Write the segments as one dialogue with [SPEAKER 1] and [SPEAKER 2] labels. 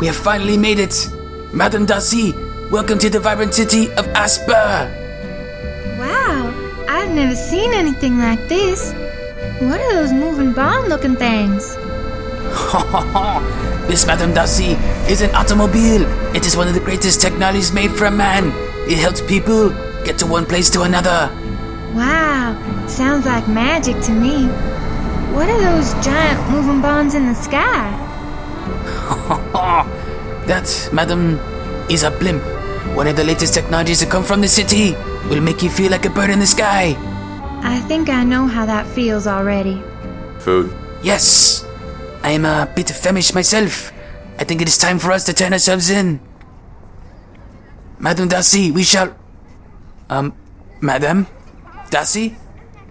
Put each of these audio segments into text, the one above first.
[SPEAKER 1] We have finally made it! Madame Darcy, welcome to the vibrant city of Asper!
[SPEAKER 2] Wow, I've never seen anything like this. What are those moving bomb looking things?
[SPEAKER 1] this Madame Darcy is an automobile. It is one of the greatest technologies made for a man. It helps people get to one place to another.
[SPEAKER 2] Wow, sounds like magic to me. What are those giant moving bombs in the sky?
[SPEAKER 1] That, madam, is a blimp. One of the latest technologies that come from the city will make you feel like a bird in the sky.
[SPEAKER 2] I think I know how that feels already.
[SPEAKER 3] Food.
[SPEAKER 1] Yes, I am a bit famished myself. I think it is time for us to turn ourselves in. Madame Darcy, we shall. Um, Madame? Darcy?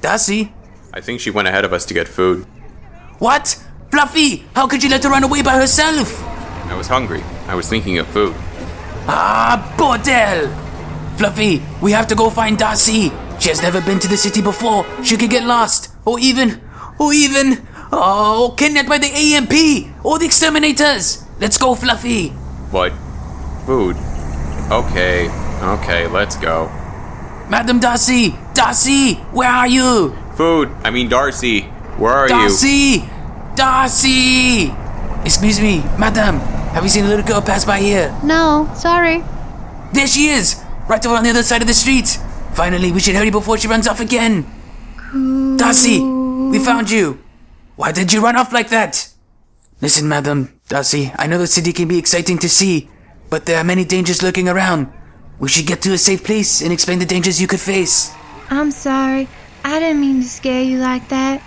[SPEAKER 1] Darcy?
[SPEAKER 3] I think she went ahead of us to get food.
[SPEAKER 1] What? Fluffy, how could you let her run away by herself?
[SPEAKER 3] I was hungry. I was thinking of food.
[SPEAKER 1] Ah, bordel! Fluffy, we have to go find Darcy. She has never been to the city before. She could get lost, or even, or even, oh, kidnapped by the AMP or the exterminators. Let's go, Fluffy.
[SPEAKER 3] What? Food. Okay. Okay, let's go.
[SPEAKER 1] Madam Darcy, Darcy, where are you?
[SPEAKER 3] Food. I mean, Darcy. Where are you?
[SPEAKER 1] Darcy, Darcy. Excuse me, madam. Have you seen a little girl pass by here?
[SPEAKER 4] No, sorry.
[SPEAKER 1] There she is, right over on the other side of the street. Finally, we should hurry before she runs off again. Darcy, we found you. Why did you run off like that? Listen, madam, Darcy, I know the city can be exciting to see, but there are many dangers lurking around. We should get to a safe place and explain the dangers you could face.
[SPEAKER 2] I'm sorry, I didn't mean to scare you like that.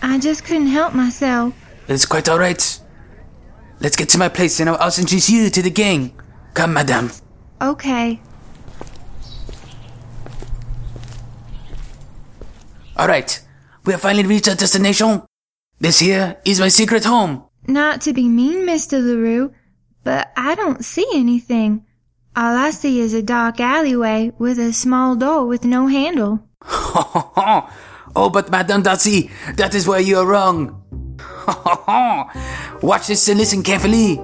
[SPEAKER 2] I just couldn't help myself.
[SPEAKER 1] It's quite alright. Let's get to my place and I'll I'll introduce you to the gang. Come, madam.
[SPEAKER 2] Okay,
[SPEAKER 1] Alright, we have finally reached our destination. This here is my secret home.
[SPEAKER 2] not to be mean, Mr. LaRue, but I don't see anything. All I see is a dark alleyway with a small door with no handle.
[SPEAKER 1] oh, but Madame Darcy, that is where you are wrong. Watch this and listen carefully.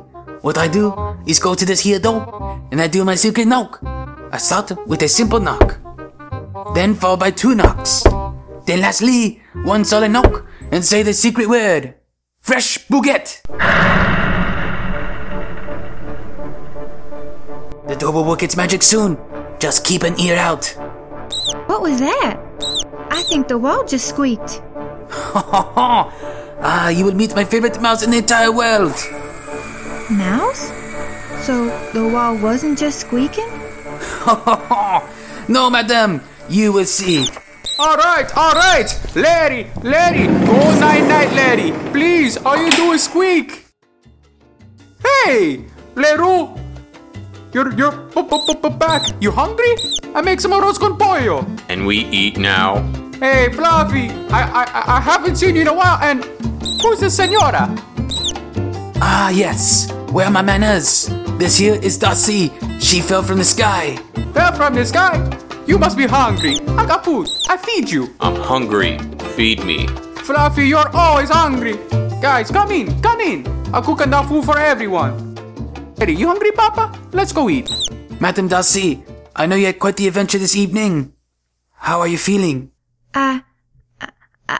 [SPEAKER 1] What I do is go to this here door, and I do my secret knock. I start with a simple knock, then followed by two knocks, then lastly one solid knock, and say the secret word: fresh bouquet. The door will work its magic soon. Just keep an ear out.
[SPEAKER 2] What was that? I think the wall just squeaked.
[SPEAKER 1] ah, you will meet my favorite mouse in the entire world.
[SPEAKER 2] Mouse? So the wall wasn't just squeaking?
[SPEAKER 1] no, madam, you will see.
[SPEAKER 5] All right, all right, Larry, Larry, go night night, Larry. Please, all you do is squeak. Hey, Leroux, you're you're oh, b- b- b- b- back. You hungry? I make some arroz con pollo.
[SPEAKER 3] And we eat now.
[SPEAKER 5] Hey, Fluffy, I I I- I haven't seen you in a while. And who's this senora?
[SPEAKER 1] Ah, yes, where are my manners? This here is Darcy. She fell from the sky.
[SPEAKER 5] Fell from the sky. You must be hungry. I got food. I feed you.
[SPEAKER 3] I'm hungry. Feed me.
[SPEAKER 5] Fluffy, you're always hungry. Guys, come in, come in. I'll cook enough food for everyone. Eddie, you hungry, Papa? Let's go eat.
[SPEAKER 1] Madam Darcy, I know you had quite the adventure this evening. How are you feeling?
[SPEAKER 2] I, I,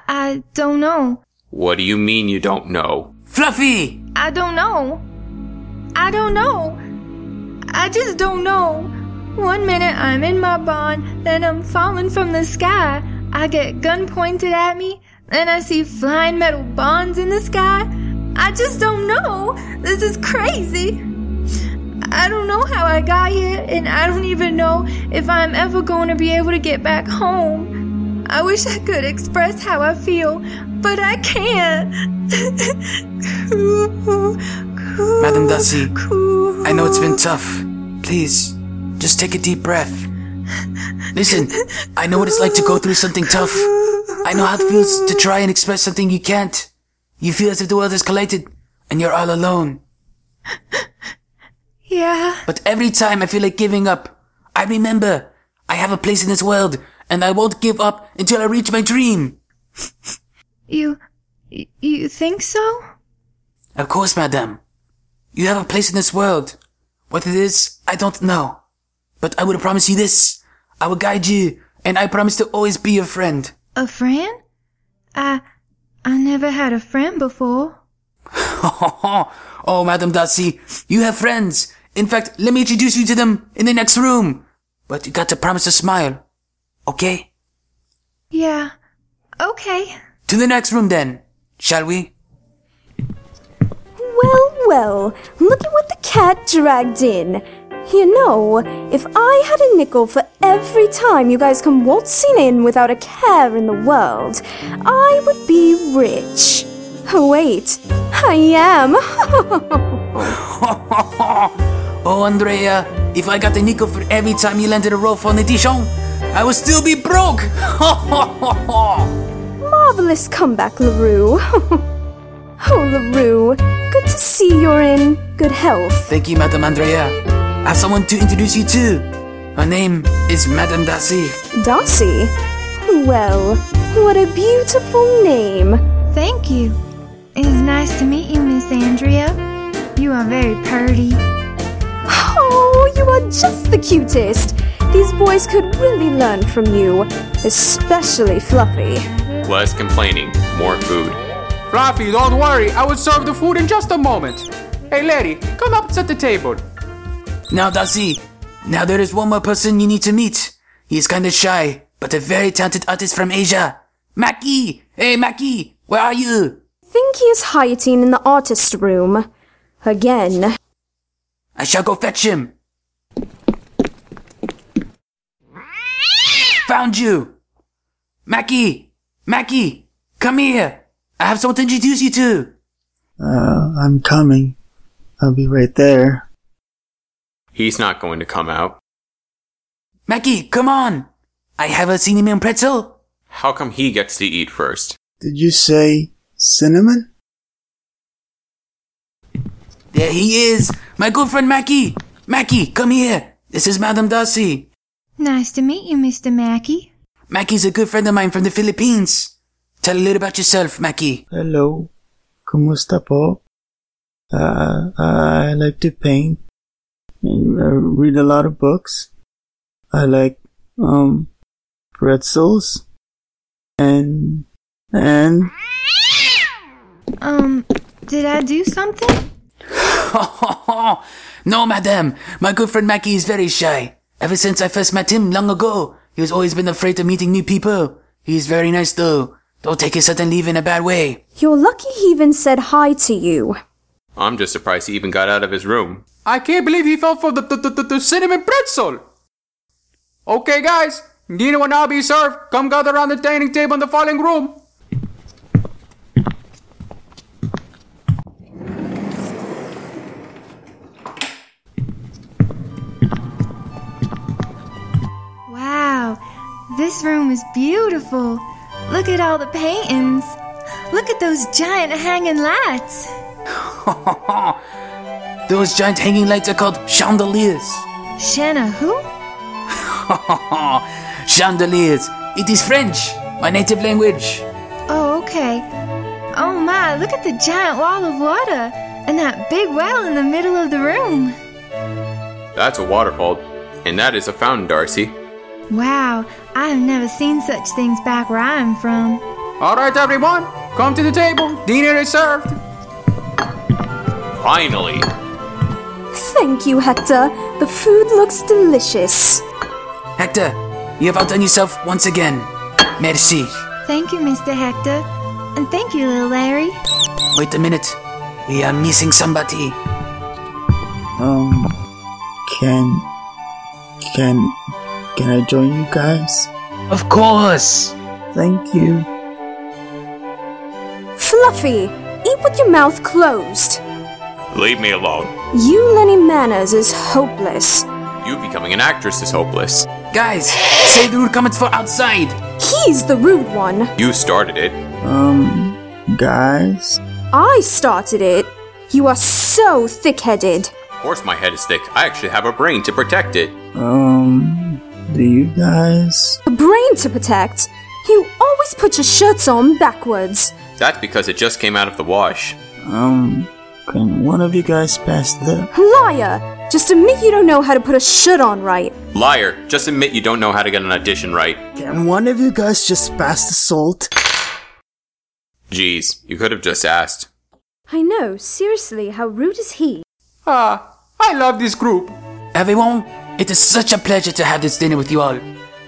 [SPEAKER 2] I don't know.
[SPEAKER 3] What do you mean you don't know?
[SPEAKER 1] Fluffy!
[SPEAKER 2] I don't know. I don't know. I just don't know. One minute I'm in my barn, then I'm falling from the sky. I get gun pointed at me, then I see flying metal bonds in the sky. I just don't know. This is crazy. I don't know how I got here, and I don't even know if I'm ever going to be able to get back home. I wish I could express how I feel, but I can't.
[SPEAKER 1] Madam Darcy, I know it's been tough. Please, just take a deep breath. Listen, I know what it's like to go through something tough. I know how it feels to try and express something you can't. You feel as if the world has collided and you're all alone.
[SPEAKER 2] Yeah.
[SPEAKER 1] But every time I feel like giving up, I remember I have a place in this world and I won't give up until I reach my dream.
[SPEAKER 2] You, Y- you think so?
[SPEAKER 1] Of course, madame. You have a place in this world. What it is, I don't know. But I will promise you this. I will guide you, and I promise to always be your friend.
[SPEAKER 2] A friend? I, I never had a friend before.
[SPEAKER 1] oh, Madame Darcy, you have friends. In fact, let me introduce you to them in the next room. But you got to promise to smile. Okay?
[SPEAKER 2] Yeah. Okay.
[SPEAKER 1] To the next room then, shall we?
[SPEAKER 4] Well, well, look at what the cat dragged in. You know, if I had a nickel for every time you guys come waltzing in without a care in the world, I would be rich. Oh, wait, I am.
[SPEAKER 1] Oh, Andrea, if I got a nickel for every time you landed a roll on the Dijon, I would still be broke.
[SPEAKER 4] Marvelous comeback, LaRue. oh, LaRue, good to see you're in good health.
[SPEAKER 1] Thank you, Madame Andrea. I have someone to introduce you to. Her name is Madame Darcy.
[SPEAKER 4] Darcy? Well, what a beautiful name.
[SPEAKER 2] Thank you. It is nice to meet you, Miss Andrea. You are very purty.
[SPEAKER 4] Oh, you are just the cutest. These boys could really learn from you, especially Fluffy.
[SPEAKER 3] Less complaining, more food.
[SPEAKER 5] Fluffy, don't worry. I will serve the food in just a moment. Hey, Larry, come up and set the table.
[SPEAKER 1] Now, Darcy, now there is one more person you need to meet. He is kinda shy, but a very talented artist from Asia. Mackie! Hey, Mackie! Where are you?
[SPEAKER 4] Think he is hiding in the artist room. Again.
[SPEAKER 1] I shall go fetch him. Found you! Mackie! Mackie! Come here! I have someone to introduce you to!
[SPEAKER 6] Uh, I'm coming. I'll be right there.
[SPEAKER 3] He's not going to come out.
[SPEAKER 1] Mackie, come on! I have a cinnamon pretzel.
[SPEAKER 3] How come he gets to eat first?
[SPEAKER 6] Did you say cinnamon?
[SPEAKER 1] There he is! My good friend Mackie! Mackie, come here! This is Madame Darcy.
[SPEAKER 2] Nice to meet you, Mr. Mackey.
[SPEAKER 1] Mackie's a good friend of mine from the Philippines. Tell a little about yourself, Mackie.
[SPEAKER 6] Hello. Kumusta po? Uh, I like to paint and I read a lot of books. I like, um, pretzels and, and
[SPEAKER 2] Um, did I do something?
[SPEAKER 1] no, madame. My good friend Mackie is very shy. Ever since I first met him long ago, he has always been afraid of meeting new people. He is very nice though. Don't take his sudden leave in a bad way.
[SPEAKER 4] You're lucky he even said hi to you.
[SPEAKER 3] I'm just surprised he even got out of his room.
[SPEAKER 5] I can't believe he fell for the, the, the, the- the cinnamon pretzel. Okay, guys, dinner will now be served. Come gather around the dining table in the following room.
[SPEAKER 2] Wow, this room is beautiful. Look at all the paintings. Look at those giant hanging lights.
[SPEAKER 1] Those giant hanging lights are called chandeliers.
[SPEAKER 2] Shanna, who?
[SPEAKER 1] chandeliers. It is French, my native language.
[SPEAKER 2] Oh, okay. Oh my, look at the giant wall of water and that big well in the middle of the room.
[SPEAKER 3] That's a waterfall, and that is a fountain, Darcy.
[SPEAKER 2] Wow, I have never seen such things back where I'm from.
[SPEAKER 5] All right, everyone, come to the table. Dinner is served.
[SPEAKER 3] Finally!
[SPEAKER 4] Thank you, Hector. The food looks delicious.
[SPEAKER 1] Hector, you have outdone yourself once again. Merci.
[SPEAKER 2] Thank you, Mr. Hector. And thank you, little Larry.
[SPEAKER 1] Wait a minute. We are missing somebody.
[SPEAKER 6] Um, can, can, can I join you guys?
[SPEAKER 1] Of course.
[SPEAKER 6] Thank you.
[SPEAKER 4] Fluffy, eat with your mouth closed.
[SPEAKER 3] Leave me alone.
[SPEAKER 4] You learning manners is hopeless.
[SPEAKER 3] You becoming an actress is hopeless.
[SPEAKER 1] Guys, say the rude comments for outside.
[SPEAKER 4] He's the rude one.
[SPEAKER 3] You started it.
[SPEAKER 6] Um, guys?
[SPEAKER 4] I started it. You are so thick headed.
[SPEAKER 3] Of course, my head is thick. I actually have a brain to protect it.
[SPEAKER 6] Um, do you guys?
[SPEAKER 4] A brain to protect. You always put your shirts on backwards.
[SPEAKER 3] That's because it just came out of the wash.
[SPEAKER 6] Um, can one of you guys pass that?
[SPEAKER 4] Liar! Just admit you don't know how to put a shirt on right.
[SPEAKER 3] Liar, just admit you don't know how to get an audition right.
[SPEAKER 6] Can one of you guys just pass the salt?
[SPEAKER 3] Jeez, you could have just asked.
[SPEAKER 4] I know, seriously, how rude is he?
[SPEAKER 5] Ah, I love this group.
[SPEAKER 1] Everyone, it is such a pleasure to have this dinner with you all.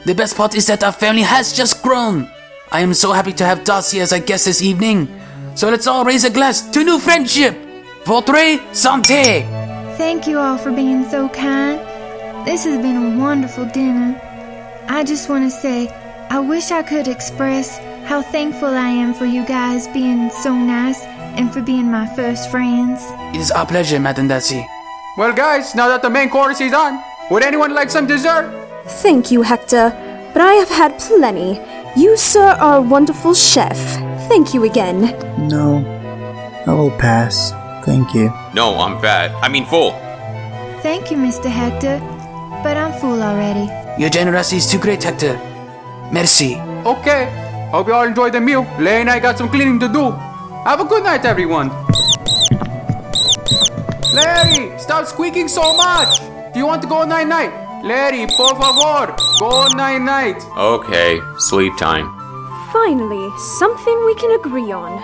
[SPEAKER 1] The best part is that our family has just grown. I am so happy to have Darcy as our guest this evening. So let's all raise a glass to new friendship. Votre santé!
[SPEAKER 2] Thank you all for being so kind. This has been a wonderful dinner. I just want to say, I wish I could express how thankful I am for you guys being so nice and for being my first friends.
[SPEAKER 1] It is our pleasure, Madame Darcy.
[SPEAKER 5] Well, guys, now that the main course is on, would anyone like some dessert?
[SPEAKER 4] Thank you, Hector, but I have had plenty. You, sir, are a wonderful chef. Thank you again.
[SPEAKER 6] No. I will pass. Thank you.
[SPEAKER 3] No, I'm fat. I mean full.
[SPEAKER 2] Thank you, Mr. Hector, but I'm full already.
[SPEAKER 1] Your generosity is too great, Hector. Merci.
[SPEAKER 5] Okay. Hope you all enjoyed the meal. Larry and I got some cleaning to do. Have a good night, everyone. Larry, stop squeaking so much. Do you want to go night night? Larry, por favor, go night night.
[SPEAKER 3] Okay, sleep time.
[SPEAKER 4] Finally, something we can agree on.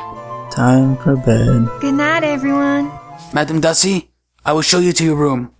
[SPEAKER 6] Time for bed.
[SPEAKER 2] Good night, everyone.
[SPEAKER 1] Madame Darcy, I will show you to your room.